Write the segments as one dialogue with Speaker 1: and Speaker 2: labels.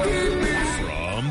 Speaker 1: From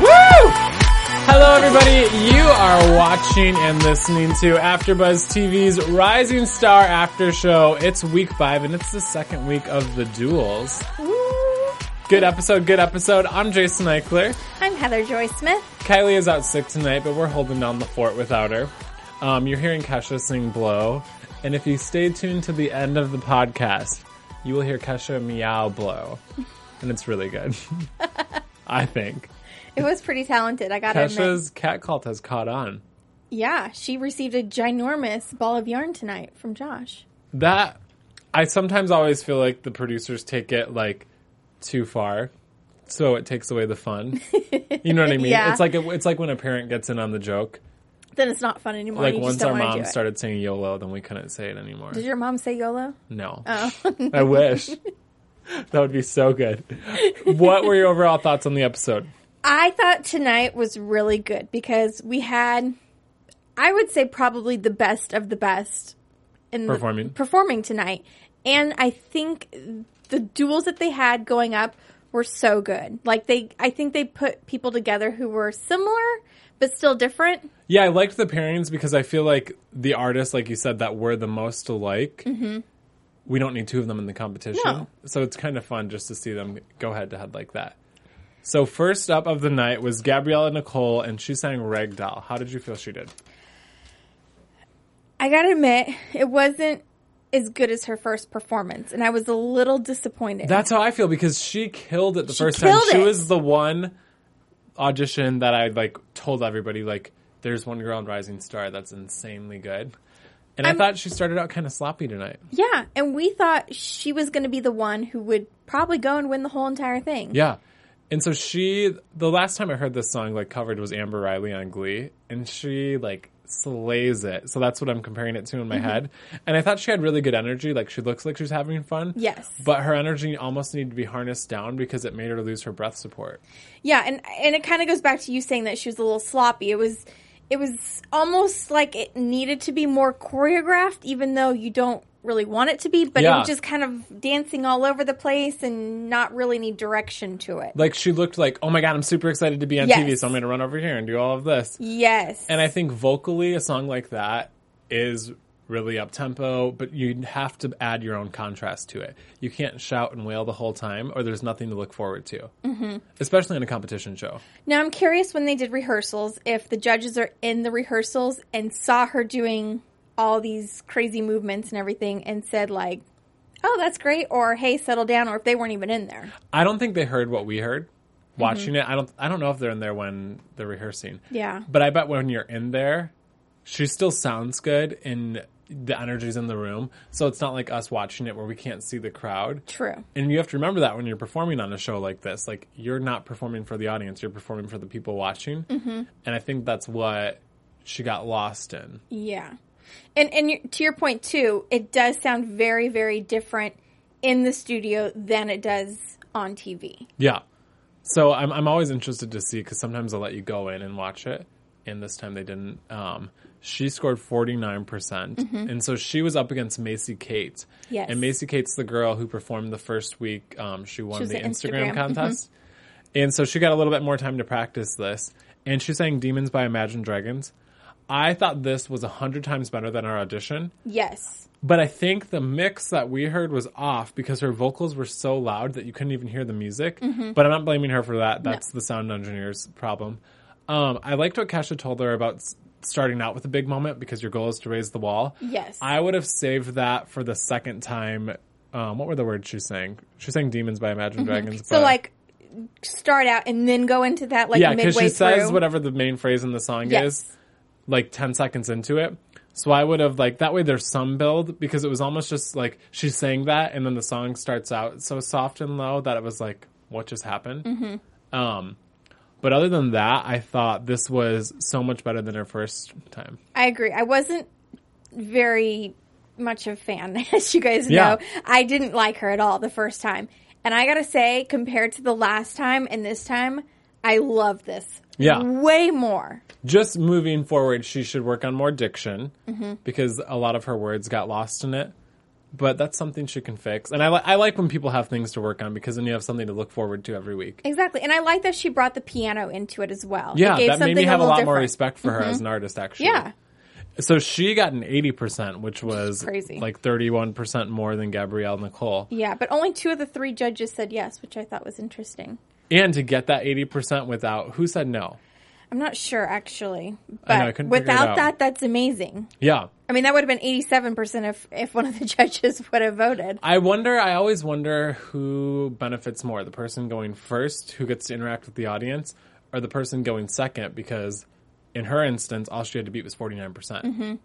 Speaker 2: Woo! Hello, everybody. You are watching and listening to AfterBuzz TV's Rising Star After Show. It's week five, and it's the second week of the duels. Good episode, good episode. I'm Jason Eichler.
Speaker 3: I'm Heather Joy Smith.
Speaker 2: Kylie is out sick tonight, but we're holding down the fort without her. Um, you're hearing Kesha sing "Blow," and if you stay tuned to the end of the podcast, you will hear Kesha meow "Blow," and it's really good. I think.
Speaker 3: It was pretty talented, I gotta admit.
Speaker 2: Kesha's cat cult has caught on.
Speaker 3: Yeah, she received a ginormous ball of yarn tonight from Josh.
Speaker 2: That I sometimes always feel like the producers take it like too far, so it takes away the fun. you know what I mean?
Speaker 3: Yeah.
Speaker 2: It's like it's like when a parent gets in on the joke.
Speaker 3: Then it's not fun anymore.
Speaker 2: Like
Speaker 3: Oh, you just
Speaker 2: once our
Speaker 3: don't wanna do
Speaker 2: mom
Speaker 3: it.
Speaker 2: started saying YOLO, then we couldn't say it anymore.
Speaker 3: Did your mom say YOLO?
Speaker 2: no,
Speaker 3: Oh.
Speaker 2: I wish. That would be so good. What were your overall thoughts on the episode?
Speaker 3: I thought tonight was really good because we had, I would say, probably the best of the best in the-
Speaker 2: Performing.
Speaker 3: performing tonight. And I think the duels that they had going up were so good. Like they, I think they put people together who were similar but still different.
Speaker 2: Yeah, I liked the pairings because I feel like the artists, like you said, that were the most alike. We don't need two of them in the competition,
Speaker 3: Mm-hmm. No.
Speaker 2: so it's kind of fun just to see them go head to head like that. So first up of the night was Gabriella Nicole, and she sang "Ragdoll." How did you feel she did?
Speaker 3: I gotta admit, it wasn't as good as her first performance, and I was a little disappointed.
Speaker 2: That's how I feel because she killed it the first time.
Speaker 3: killed
Speaker 2: She
Speaker 3: it.
Speaker 2: was the one audition that I like told everybody like, "There's one girl in Rising Star that's insanely good," and I
Speaker 3: I'm-
Speaker 2: thought she started out kind of sloppy tonight.
Speaker 3: yeah, and we thought she was gonna be the one who would probably go and win the whole entire thing.
Speaker 2: Yeah. And so she, the last time I heard this song like covered was Amber Riley on Glee, and she like slays it. So that's what I'm comparing it to in my
Speaker 3: Mm-hmm.
Speaker 2: head. And I thought she had really good energy. Like she looks like she's having fun.
Speaker 3: Yes.
Speaker 2: But her energy almost needed to be harnessed down because it made her lose her breath support.
Speaker 3: Yeah, and and it kind of goes back to you saying that she was a little sloppy. It was it was almost like it needed to be more choreographed, even though you don't really want it to be. But it was
Speaker 2: Yeah.
Speaker 3: just kind of dancing all over the place and not really any direction to it.
Speaker 2: Like she looked like, oh my God, I'm super excited to be on
Speaker 3: Yes.
Speaker 2: TV, so I'm going to run over here and do all of this.
Speaker 3: yes,
Speaker 2: And I think vocally, a song like that is really up tempo, but you have to add your own contrast to it. You can't shout and wail the whole time, or there's nothing to look forward to, mm-hmm. especially in a competition show.
Speaker 3: now I'm curious when they did rehearsals if the judges are in the rehearsals and saw her doing all these crazy movements and everything, and said like, "Oh, that's great," or "Hey, settle down," or if they weren't even in there.
Speaker 2: I don't think they heard what we heard watching it. I don't. I don't know if they're in there when they're rehearsing.
Speaker 3: Yeah.
Speaker 2: But I bet when you're in there, she still sounds good and the energy's in the room. So it's not like us watching it where we can't see the crowd.
Speaker 3: True.
Speaker 2: And you have to remember that when you're performing on a show like this, like you're not performing for the audience, you're performing for the people watching. Mm-hmm. And I think that's what she got lost in.
Speaker 3: Yeah, and and you- to your point too, it does sound very very different in the studio than it does on TV.
Speaker 2: Yeah. So I'm I'm always interested to see because sometimes I'll let you go in and watch it, and this time they didn't. Um, she scored 49%, percent and so she was up against Macy Kate.
Speaker 3: Mm-hmm. Yes.
Speaker 2: And Macy Kate's the girl who performed the first week. Um, she won
Speaker 3: was
Speaker 2: the
Speaker 3: the
Speaker 2: Instagram,
Speaker 3: Instagram, mhm.
Speaker 2: contest. And so she got a little bit more time to practice this, and she sang Demons by Imagine Dragons. I thought this was 100 times better than our audition.
Speaker 3: Yes,
Speaker 2: But I think the mix that we heard was off because her vocals were so loud that you couldn't even hear the music.
Speaker 3: Mm-hmm.
Speaker 2: But I'm not blaming her for that. That's the sound engineer's problem. Um, I liked what Kesha told her about s- starting out with a big moment because your goal is to raise the wall.
Speaker 3: Yes.
Speaker 2: I would have saved that for the second time um, what were the words she sang? She sang "Demons" by Imagine Dragons.
Speaker 3: Mm-hmm. So
Speaker 2: but-
Speaker 3: like start out and then go into that like
Speaker 2: yeah,
Speaker 3: midway
Speaker 2: because she says
Speaker 3: through.
Speaker 2: whatever the main phrase in the song
Speaker 3: Yes.
Speaker 2: is, like ten seconds into it. So I would have like that way. There's some build because it was almost just like she sang that, and then the song starts out so soft and low that it was like, what just happened? Um, but other than that, I thought this was so much better than her first time.
Speaker 3: I agree. I wasn't very much a fan, as you guys know.
Speaker 2: Yeah.
Speaker 3: I didn't like her at all the first time. And I gotta say, compared to the last time and this time, I love this.
Speaker 2: Yeah.
Speaker 3: Way more.
Speaker 2: just moving forward, she should work on more diction because a lot of her words got lost in it. But that's something she can fix. And I, li- I like when people have things to work on because then you have something to look forward to every week.
Speaker 3: Exactly. And I like that she brought the piano into it as well.
Speaker 2: Yeah,
Speaker 3: It gave
Speaker 2: that made me
Speaker 3: something
Speaker 2: have a,
Speaker 3: little
Speaker 2: lot more
Speaker 3: different. Mm-hmm.
Speaker 2: respect for her as an artist, actually.
Speaker 3: Yeah.
Speaker 2: So she got an 80%, which was
Speaker 3: crazy.
Speaker 2: like 31% more than Gabrielle Nicole.
Speaker 3: Yeah, but only two of the three judges said yes, which I thought was interesting.
Speaker 2: And to get that 80% without, who said no?
Speaker 3: I'm not sure actually,
Speaker 2: I know, I
Speaker 3: but
Speaker 2: couldn't figure it
Speaker 3: without
Speaker 2: out.
Speaker 3: that, that's amazing.
Speaker 2: Yeah.
Speaker 3: I mean, that would have been 87 percent if if one of the judges would have voted.
Speaker 2: I wonder, I always wonder who benefits more the person going first, who gets to interact with the audience, or the person going second, because in her instance, all she had to beat was 49%. percent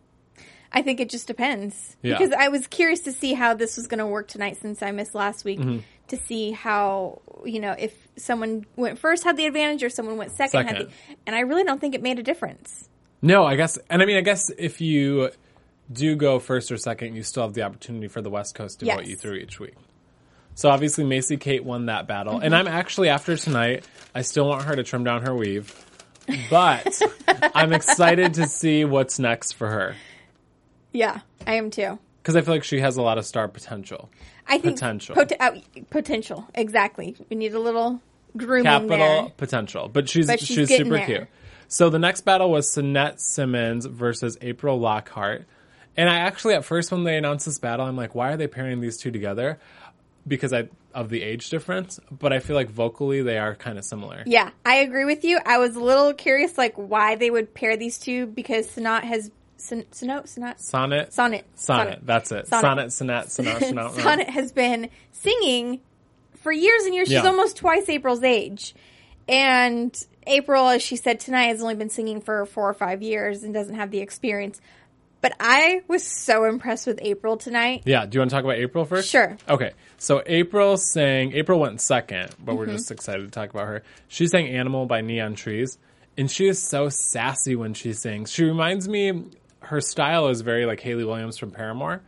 Speaker 3: I think it just depends
Speaker 2: Yeah.
Speaker 3: because I was curious to see how this was going to work tonight since I missed last week
Speaker 2: Mm-hmm.
Speaker 3: to see how you know if someone went first had the advantage or someone went second, had
Speaker 2: Second.
Speaker 3: the, and I really don't think it made a difference.
Speaker 2: No, I guess, and I mean, I guess if you do go first or second, you still have the opportunity for the West Coast to
Speaker 3: Yes.
Speaker 2: vote you through each week. So obviously, Macy Kate won that battle, and I'm actually after tonight. I still want her to trim down her weave, but I'm excited to see what's next for her
Speaker 3: Yeah, I am too.
Speaker 2: because I feel like she has a lot of star potential.
Speaker 3: I think
Speaker 2: Potential.
Speaker 3: pot- uh, potential exactly. We need a little grooming
Speaker 2: capital
Speaker 3: there.
Speaker 2: potential. But she's
Speaker 3: But
Speaker 2: she's,
Speaker 3: she's getting
Speaker 2: super
Speaker 3: there.
Speaker 2: cute. So the next battle was Sonette Simmons versus April Lockhart. And I actually at first when they announced this battle, I'm like, why are they pairing these two together? Because I of the age difference, but I feel like vocally they are kind of similar.
Speaker 3: Yeah, I agree with you. I was a little curious, like why they would pair these two because Sonat has Son- Sonat
Speaker 2: Sonnet,
Speaker 3: Sonat Sonnet.
Speaker 2: sonnet.
Speaker 3: Sonnet.
Speaker 2: That's it. Sonnet,
Speaker 3: Sonnet.
Speaker 2: sonnet, sonnet, sonnet.
Speaker 3: Sonnet has been singing for years and years. She's
Speaker 2: Yeah.
Speaker 3: almost twice April's age. And April, as she said tonight, has only been singing for four or five years and doesn't have the experience. But I was so impressed with April tonight.
Speaker 2: Yeah. Do you want to talk about April first?
Speaker 3: Sure.
Speaker 2: Okay. So April sang, April went second, but we're
Speaker 3: Mm-hmm.
Speaker 2: just excited to talk about her. She sang Animal by Neon Trees, and she is so sassy when she sings. She reminds me, her style is very like Haley Williams from Paramore,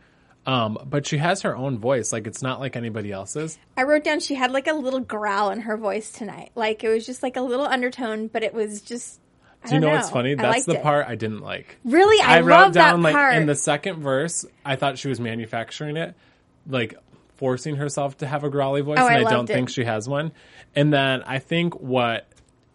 Speaker 2: um, but she has her own voice. Like, it's not like anybody else's.
Speaker 3: I wrote down she had like a little growl in her voice tonight. Like it was just like a little undertone, but it was just. I
Speaker 2: Do you
Speaker 3: don't
Speaker 2: know, what's funny?
Speaker 3: I
Speaker 2: That's
Speaker 3: liked
Speaker 2: the
Speaker 3: it.
Speaker 2: part I didn't like.
Speaker 3: Really, I,
Speaker 2: I,
Speaker 3: love
Speaker 2: wrote down
Speaker 3: that
Speaker 2: like
Speaker 3: part.
Speaker 2: in the second verse, I thought she was manufacturing it, like forcing herself to have a growly voice,
Speaker 3: Oh,
Speaker 2: and
Speaker 3: I
Speaker 2: I, don't
Speaker 3: loved it.
Speaker 2: think she has one. And then I think what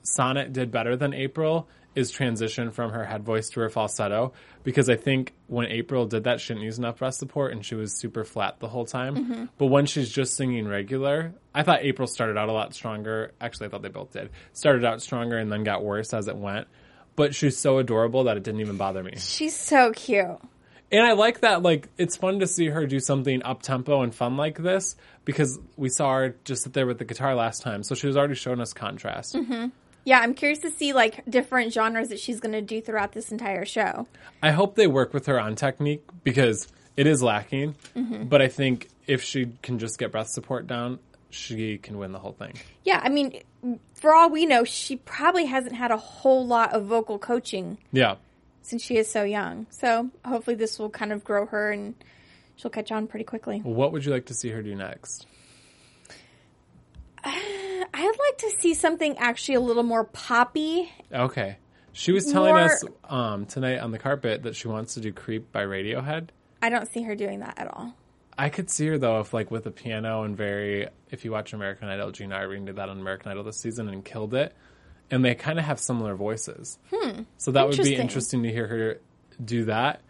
Speaker 2: Sonnet did better than April is transition from her head voice to her falsetto because I think when April did that, she didn't use enough breast support and she was super flat the whole time.
Speaker 3: Mm-hmm.
Speaker 2: But when she's just singing regular, I thought April started out a lot stronger. Actually, I thought they both did. Started out stronger and then got worse as it went. But she's so adorable that it didn't even bother me.
Speaker 3: She's so cute.
Speaker 2: And I like that. Like, it's fun to see her do something up tempo and fun like this because we saw her just sit there with the guitar last time, so she was already showing us contrast.
Speaker 3: Yeah, I'm curious to see like different genres that she's going to do throughout this entire show.
Speaker 2: I hope they work with her on technique because it is lacking. But I think if she can just get breath support down, she can win the whole thing.
Speaker 3: Yeah, I mean, for all we know, she probably hasn't had a whole lot of vocal coaching
Speaker 2: Yeah.
Speaker 3: since she is so young. So hopefully, this will kind of grow her and she'll catch on pretty quickly.
Speaker 2: What would you like to see her do next?
Speaker 3: I'd like to see something actually a little more poppy.
Speaker 2: Okay. She was telling
Speaker 3: More-
Speaker 2: us um, tonight on the carpet that she wants to do "Creep" by Radiohead.
Speaker 3: I don't see her doing that at all.
Speaker 2: I could see her though if like with a piano and very if you watch American Idol, Gina Irene did that on American Idol this season and killed it. And they kind of have similar voices. So that would be
Speaker 3: Hmm. Interesting.
Speaker 2: interesting to hear her do that.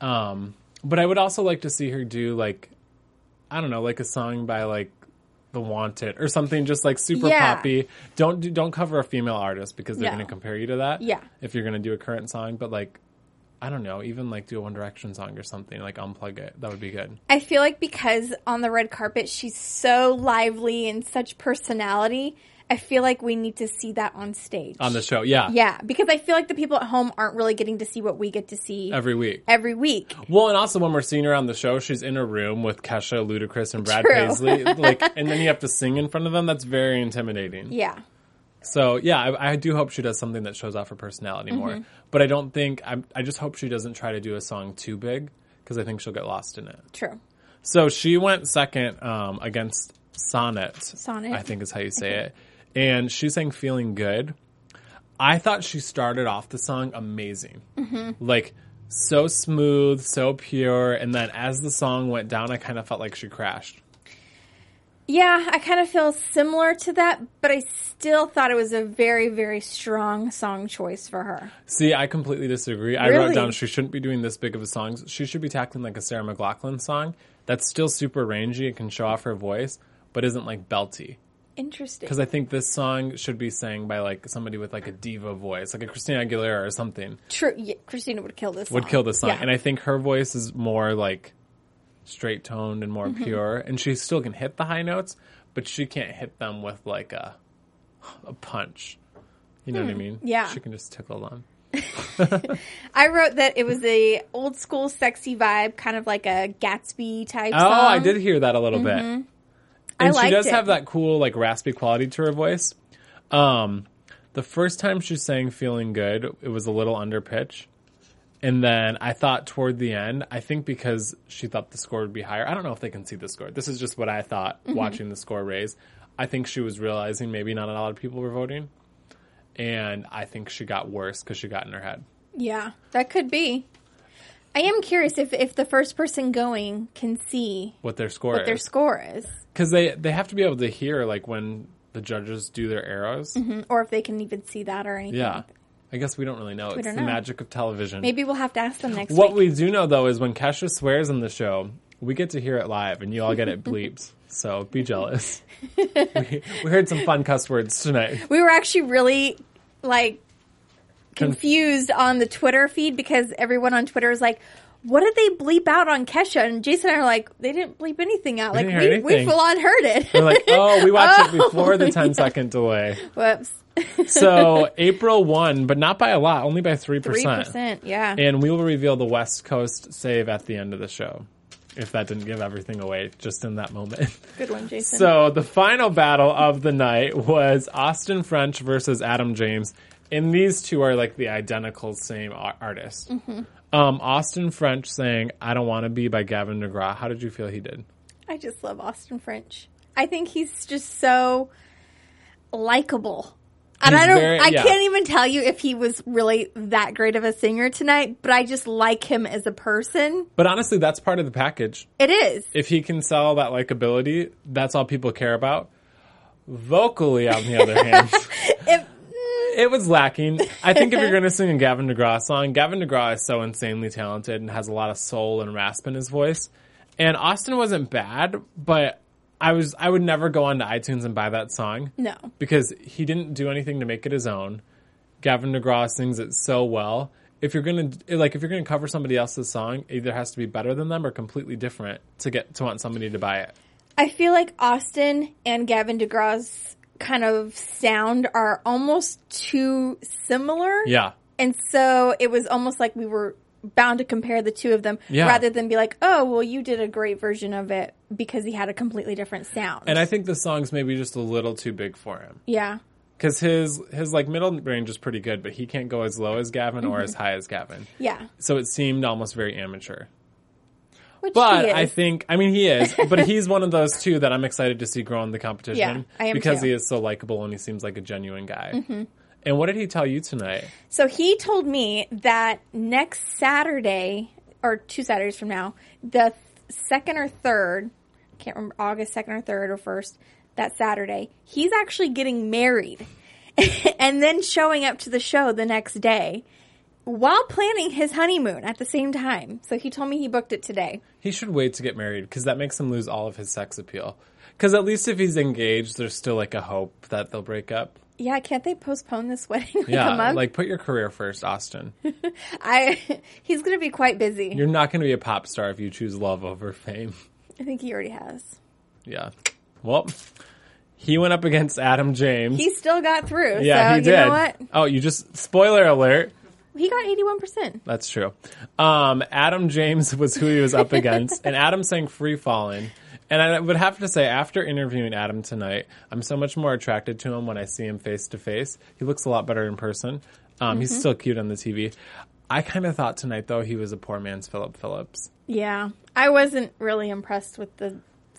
Speaker 2: Um, but I would also like to see her do like I don't know, like a song by like The Wanted or something just like super
Speaker 3: Yeah.
Speaker 2: poppy. Don't do, don't cover a female artist because they're
Speaker 3: No.
Speaker 2: going to compare you to that.
Speaker 3: Yeah.
Speaker 2: If you're going to do a current song, but like I don't know, even like do a One Direction song or something, like unplug it. That would be good.
Speaker 3: I feel like because on the red carpet she's so lively and such personality, I feel like we need to see that on stage.
Speaker 2: On the show, yeah.
Speaker 3: yeah, because I feel like the people at home aren't really getting to see what we get to see
Speaker 2: Every Oh. week.
Speaker 3: every week.
Speaker 2: Well, and also when we're seeing her on the show, she's in a room with Kesha, Ludacris, and Brad
Speaker 3: True.
Speaker 2: Paisley. Like, and then you have to sing in front of them. That's very intimidating.
Speaker 3: Yeah.
Speaker 2: So yeah, I, I do hope she does something that shows off her personality
Speaker 3: Mm-hmm.
Speaker 2: more. But I don't think I, I just hope she doesn't try to do a song too big because I think she'll get lost in it.
Speaker 3: True.
Speaker 2: So she went second um, against Sonnet.
Speaker 3: Sonnet.
Speaker 2: I think is how you say it. And she sang "Feeling Good." I thought she started off the song amazing,
Speaker 3: Mm-hmm.
Speaker 2: like so smooth, so pure. And then as the song went down, I kind of felt like she crashed.
Speaker 3: Yeah, I kind of feel similar to that, but I still thought it was a very, very strong song choice for her.
Speaker 2: See, I completely disagree. I wrote
Speaker 3: Really?
Speaker 2: down she shouldn't be doing this big of a song. She should be tackling like a Sarah McLaughlin song that's still super rangy and can show off her voice, but isn't like belty.
Speaker 3: Interesting.
Speaker 2: Because I think this song should be sang by like somebody with like a diva voice, like a Christina Aguilera or something,
Speaker 3: True. Yeah, Christina would kill this.
Speaker 2: would
Speaker 3: song.
Speaker 2: kill this song.
Speaker 3: Yeah.
Speaker 2: And I think her voice is more like straight toned and
Speaker 3: Mm-hmm.
Speaker 2: more pure, and she still can hit the high notes, but she can't hit them with like a a punch. You know what I mean?
Speaker 3: Hmm. yeah.
Speaker 2: she can just tickle them.
Speaker 3: I wrote that it was a old school sexy vibe, kind of like a Gatsby type.
Speaker 2: Oh,
Speaker 3: song.
Speaker 2: I did hear that a little
Speaker 3: Mm-hmm.
Speaker 2: bit. And she
Speaker 3: liked
Speaker 2: does
Speaker 3: it.
Speaker 2: have that cool, like raspy quality to her voice. Um, the first time she sang "Feeling Good," it was a little under pitch, and then I thought toward the end, I think because she thought the score would be higher. I don't know if they can see the score. This is just what I thought
Speaker 3: Mm-hmm.
Speaker 2: watching the score raise. I think she was realizing maybe not a lot of people were voting, and I think she got worse because she got in her head.
Speaker 3: Yeah, that could be. I am curious if if the first person going can see
Speaker 2: What their score
Speaker 3: what their
Speaker 2: is.
Speaker 3: score is,
Speaker 2: because they they have to be able to hear like when the judges do their arrows.
Speaker 3: mm-hmm, or if they can even see that or anything.
Speaker 2: Yeah, I guess we don't really know. it's
Speaker 3: don't
Speaker 2: the
Speaker 3: know.
Speaker 2: magic of television.
Speaker 3: Maybe we'll have to ask them next
Speaker 2: what
Speaker 3: week.
Speaker 2: we do know though is when Kesha swears in the show, we get to hear it live, and you all get it bleeped. So be jealous. we, we heard some fun cuss words tonight.
Speaker 3: We, were actually really like confused on the Twitter feed because everyone on Twitter was like. What did they bleep out on Kesha? And Jason and I are like, they didn't bleep anything out. Like
Speaker 2: didn't
Speaker 3: we,
Speaker 2: hear
Speaker 3: we
Speaker 2: anything.
Speaker 3: full on heard it.
Speaker 2: We're like, oh, we watched it before
Speaker 3: Oh.
Speaker 2: the 10 second delay.
Speaker 3: Whoops,
Speaker 2: So April won, but not by a lot, only by 3%.
Speaker 3: three percent. Yeah,
Speaker 2: And we will reveal the West Coast save at the end of the show. If that didn't give everything away just in that moment.
Speaker 3: good one, Jason.
Speaker 2: So the final battle of the night was Austin French versus Adam James, and these two are like the identical same ar- artist. Um, Austin French saying "I Don't Want to Be" by Gavin DeGraw. How did you feel he did?
Speaker 3: I just love Austin French. I think he's just so likable. And
Speaker 2: He's
Speaker 3: I don't
Speaker 2: very-
Speaker 3: I
Speaker 2: yeah.
Speaker 3: can't even tell you if he was really that great of a singer tonight, but I just like him as a person.
Speaker 2: But honestly, that's part of the package.
Speaker 3: It is.
Speaker 2: If he can sell that likability, that's all people care about. Vocally, on the other hand,
Speaker 3: If mm.
Speaker 2: it was lacking. I think if you're going to sing a Gavin DeGraw song, Gavin DeGraw is so insanely talented and has a lot of soul and rasp in his voice. And Austin wasn't bad, but I was I would never go onto iTunes and buy that song.
Speaker 3: No.
Speaker 2: Because he didn't do anything to make it his own. Gavin DeGraw sings it so well. If you're going to like if you're going to cover somebody else's song, it either has to be better than them or completely different to get to want somebody to buy it.
Speaker 3: I feel like Austin and Gavin DeGraw's kind of sound are almost too similar.
Speaker 2: Yeah.
Speaker 3: And so it was almost like we were bound to compare the two of them
Speaker 2: Yeah.
Speaker 3: rather than be like, oh, well, you did a great version of it because he had a completely different sound.
Speaker 2: And I think the song's maybe just a little too big for him.
Speaker 3: yeah.
Speaker 2: because his his like middle range is pretty good, but he can't go as low as Gavin or as high as Gavin.
Speaker 3: Mm-hmm. Yeah.
Speaker 2: So it seemed almost very amateur.
Speaker 3: Which
Speaker 2: But
Speaker 3: he is.
Speaker 2: I think I mean he is, but he's one of those two that I'm excited to see grow in the competition.
Speaker 3: Yeah, I am
Speaker 2: because
Speaker 3: too. Mm-hmm.
Speaker 2: he is so likable and he seems like a genuine guy. And what did he tell you tonight?
Speaker 3: so he told me that next Saturday or two Saturdays from now, the th- second or third, I can't remember August second or third or first, that Saturday, he's actually getting married and then showing up to the show the next day while planning his honeymoon at the same time. So he told me he booked it today.
Speaker 2: He should wait to get married because that makes him lose all of his sex appeal. Because at least if he's engaged, there's still like a hope that they'll break up.
Speaker 3: yeah, can't they postpone this wedding like a
Speaker 2: Yeah,
Speaker 3: month?
Speaker 2: like put your career first, Austin.
Speaker 3: I he's going to be quite busy.
Speaker 2: You're not going to be a pop star if you choose love over fame.
Speaker 3: I think he already has.
Speaker 2: Yeah. Well, he went up against Adam James.
Speaker 3: He still got through.
Speaker 2: yeah,
Speaker 3: so
Speaker 2: he
Speaker 3: you
Speaker 2: did.
Speaker 3: know what?
Speaker 2: Oh, you just spoiler alert.
Speaker 3: He got eighty one percent.
Speaker 2: That's true. Um, Adam James was who he was up against, and Adam sang "Free Falling." And I would have to say, after interviewing Adam tonight, I'm so much more attracted to him when I see him face to face. He looks a lot better in person. Um,
Speaker 3: Mm-hmm.
Speaker 2: He's still cute on the TV. I kind of thought tonight, though, he was a poor man's Philip Phillips.
Speaker 3: Yeah. I wasn't really impressed with the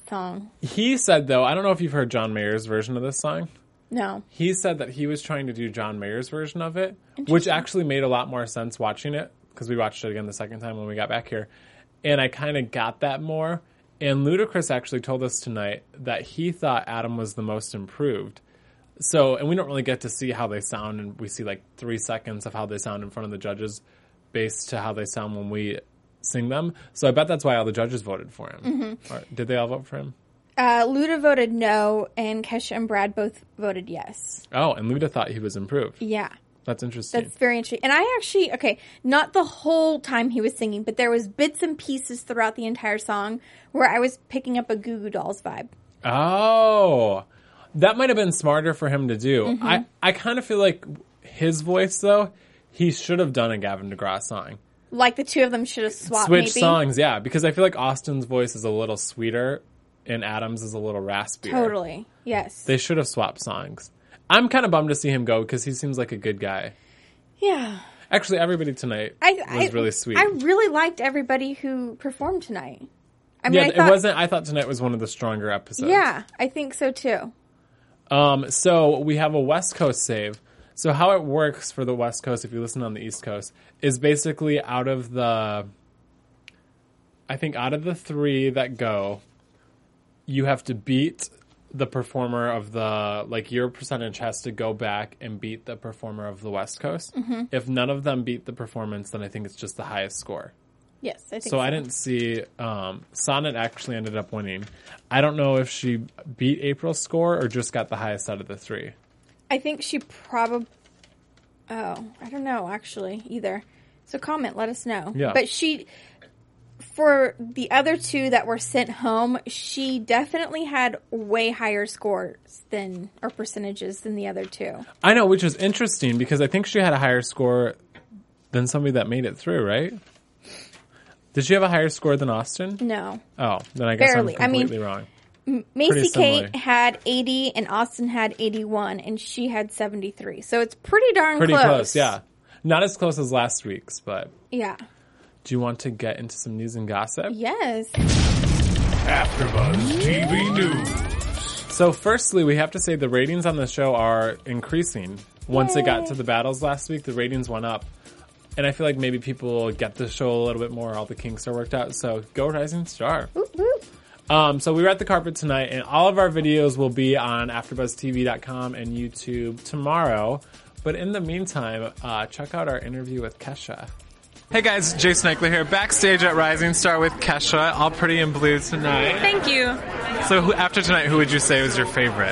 Speaker 3: song.
Speaker 2: He said, though, I don't know if you've heard John Mayer's version of this song.
Speaker 3: No.
Speaker 2: he said that he was trying to do John Mayer's version of it, which actually made a lot more sense watching it because we watched it again the second time when we got back here. And I kind of got that more. And Ludacris actually told us tonight that he thought Adam was the most improved. So, and we don't really get to see how they sound, and we see like three seconds of how they sound in front of the judges based to how they sound when we sing them. So I bet that's why all the judges voted for him. Or did they all vote for him?
Speaker 3: Uh, Luda voted no, and Kesha and Brad both voted yes.
Speaker 2: Oh, and Luda thought he was improved.
Speaker 3: Yeah.
Speaker 2: That's interesting.
Speaker 3: That's very interesting. And I actually, okay, not the whole time he was singing, but there was bits and pieces throughout the entire song where I was picking up a Goo Goo Dolls vibe.
Speaker 2: Oh, that might have been smarter for him to do.
Speaker 3: Mm-hmm.
Speaker 2: I, I kind of feel like his voice, though, he should have done a Gavin DeGraw song.
Speaker 3: Like the two of them should have swapped
Speaker 2: Switch
Speaker 3: maybe.
Speaker 2: songs, yeah, because I feel like Austin's voice is a little sweeter and Adam's is a little raspier.
Speaker 3: Totally. Yes.
Speaker 2: They should have swapped songs. I'm kind of bummed to see him go because he seems like a good guy.
Speaker 3: yeah.
Speaker 2: Actually, everybody tonight
Speaker 3: I
Speaker 2: was
Speaker 3: I,
Speaker 2: really sweet.
Speaker 3: I really liked everybody who performed tonight. I mean,
Speaker 2: yeah,
Speaker 3: I thought,
Speaker 2: it wasn't. I thought tonight was one of the stronger episodes.
Speaker 3: Yeah, I think so too.
Speaker 2: Um, so we have a West Coast save. So how it works for the West Coast, if you listen on the East Coast, is basically out of the, I think out of the three that go, you have to beat the performer of the like your percentage has to go back and beat the performer of the West Coast. If none of them beat the performance, then I think it's just the highest score.
Speaker 3: Yes, I think so.
Speaker 2: So I didn't see um, Sonnet actually ended up winning. I don't know if she beat April's score or just got the highest out of the three.
Speaker 3: I think she probably. Oh, I don't know actually either. So comment, let us know.
Speaker 2: Yeah.
Speaker 3: But she, for the other two that were sent home, she definitely had way higher scores than or percentages than the other two.
Speaker 2: I know, which is interesting because I think she had a higher score than somebody that made it through, right? Did she have a higher score than Austin?
Speaker 3: No,
Speaker 2: Oh, then I guess
Speaker 3: Barely.
Speaker 2: I'm
Speaker 3: I mean-
Speaker 2: completely wrong. Pretty
Speaker 3: Macy
Speaker 2: similar.
Speaker 3: Kate had eighty, and Austin had eighty-one, and she had seventy-three. So it's pretty darn
Speaker 2: Pretty
Speaker 3: close.
Speaker 2: close, yeah. Not as close as last week's, but
Speaker 3: yeah,
Speaker 2: do you want to get into some news and gossip?
Speaker 3: yes.
Speaker 4: AfterBuzz TV News.
Speaker 2: So, firstly, we have to say the ratings on the show are increasing. Once it got to the battles last week, the ratings went up. And I feel like maybe people get the show a little bit more. All the kinks are worked out. So, go Rising Star.
Speaker 3: Whoop, whoop.
Speaker 2: Um, so, we were at the carpet tonight, and all of our videos will be on AfterBuzzTV.com and YouTube tomorrow. But in the meantime, uh, check out our interview with Kesha. Hey guys, Jason Eichler here, backstage at Rising Star with Kesha, all pretty in blue tonight.
Speaker 5: Thank you.
Speaker 2: So, who, after tonight, who would you say was your favorite?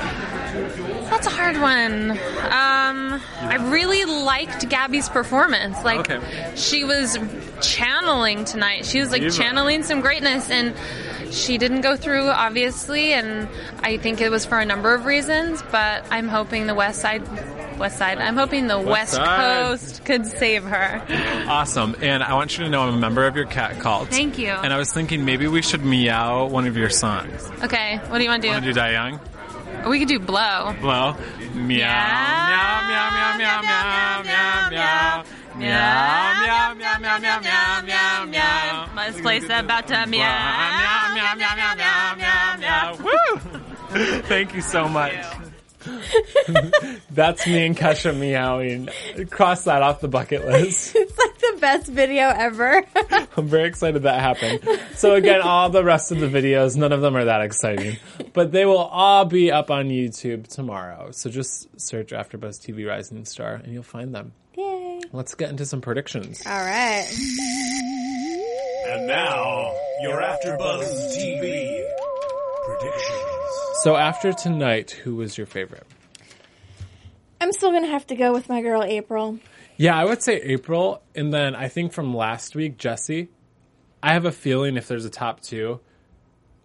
Speaker 5: That's a hard one. Um, I really liked Gabby's performance. Like
Speaker 2: Okay.
Speaker 5: she was channeling tonight. She was like
Speaker 2: Diva.
Speaker 5: channeling some greatness, and she didn't go through, obviously. And I think it was for a number of reasons. But I'm hoping the West Side, West Side. I'm hoping the West,
Speaker 2: Side.
Speaker 5: Coast could save her.
Speaker 2: Awesome. And I want you to know I'm a member of your cat cult.
Speaker 5: Thank you.
Speaker 2: And I was thinking maybe we should meow one of your songs.
Speaker 5: Okay, what do you want to
Speaker 2: Want to
Speaker 5: do?
Speaker 2: do Die Young?
Speaker 5: We could do blow.
Speaker 2: Blow. Meow. Meow, meow, meow, meow, meow, meow, meow. Meow, meow, meow, meow, meow, meow, meow, meow.
Speaker 5: Let's place that about to meow.
Speaker 2: Meow, meow, meow, meow, meow, meow, meow. Woo! Thank you so much. That's me and Kesha meowing. Cross that off the bucket list.
Speaker 3: It's like the best video ever.
Speaker 2: I'm very excited that happened. So again, all the rest of the videos, none of them are that exciting, but they will all be up on YouTube tomorrow. So just search AfterBuzz TV Rising Star, and you'll find them.
Speaker 3: Yay.
Speaker 2: Let's get into some predictions.
Speaker 3: All right.
Speaker 4: And now, your AfterBuzz TV predictions.
Speaker 2: So after tonight, who was your favorite?
Speaker 3: I I'm still gonna have to go with my girl April.
Speaker 2: Yeah, I would say April, and then I think from last week, Jesse. I have a feeling if there's a top two,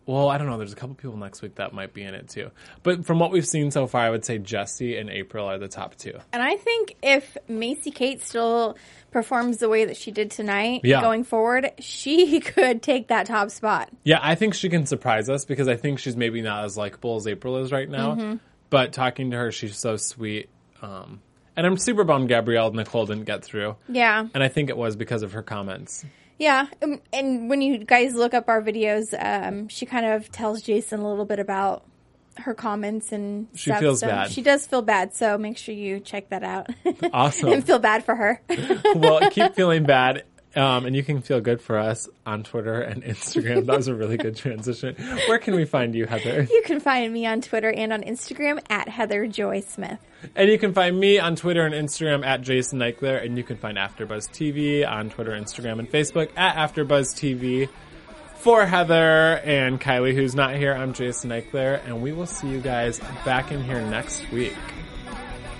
Speaker 2: well, I don't know. There's a couple people next week that might be in it too. But from what we've seen so far, I would say Jesse and April are the top two.
Speaker 3: And I think if Macy Kate still performs the way that she did tonight
Speaker 2: Yeah.
Speaker 3: going forward, she could take that top spot.
Speaker 2: Yeah, I think she can surprise us because I think she's maybe not as likable as April is right now.
Speaker 3: Mm-hmm.
Speaker 2: But talking to her, she's so sweet. Um, and I'm super bummed Gabrielle Nicole didn't get through.
Speaker 3: Yeah.
Speaker 2: And I think it was because of her comments.
Speaker 3: Yeah, um, and when you guys look up our videos, um, she kind of tells Jason a little bit about her comments and
Speaker 2: She
Speaker 3: stuff,
Speaker 2: feels
Speaker 3: so
Speaker 2: bad.
Speaker 3: She does feel bad, so make sure you check that out
Speaker 2: Awesome.
Speaker 3: and feel bad for her.
Speaker 2: well, keep feeling bad. Um, and you can feel good for us on Twitter and Instagram. That was a really good transition. Where can we find you, Heather?
Speaker 3: you can find me on Twitter and on Instagram at Heather Joy Smith.
Speaker 2: And you can find me on Twitter and Instagram at Jason Eichler, and you can find AfterBuzz TV on Twitter, Instagram, and Facebook at AfterBuzz TV. For Heather and Kylie, who's not here, I'm Jason Eichler, and we will see you guys back in here next week.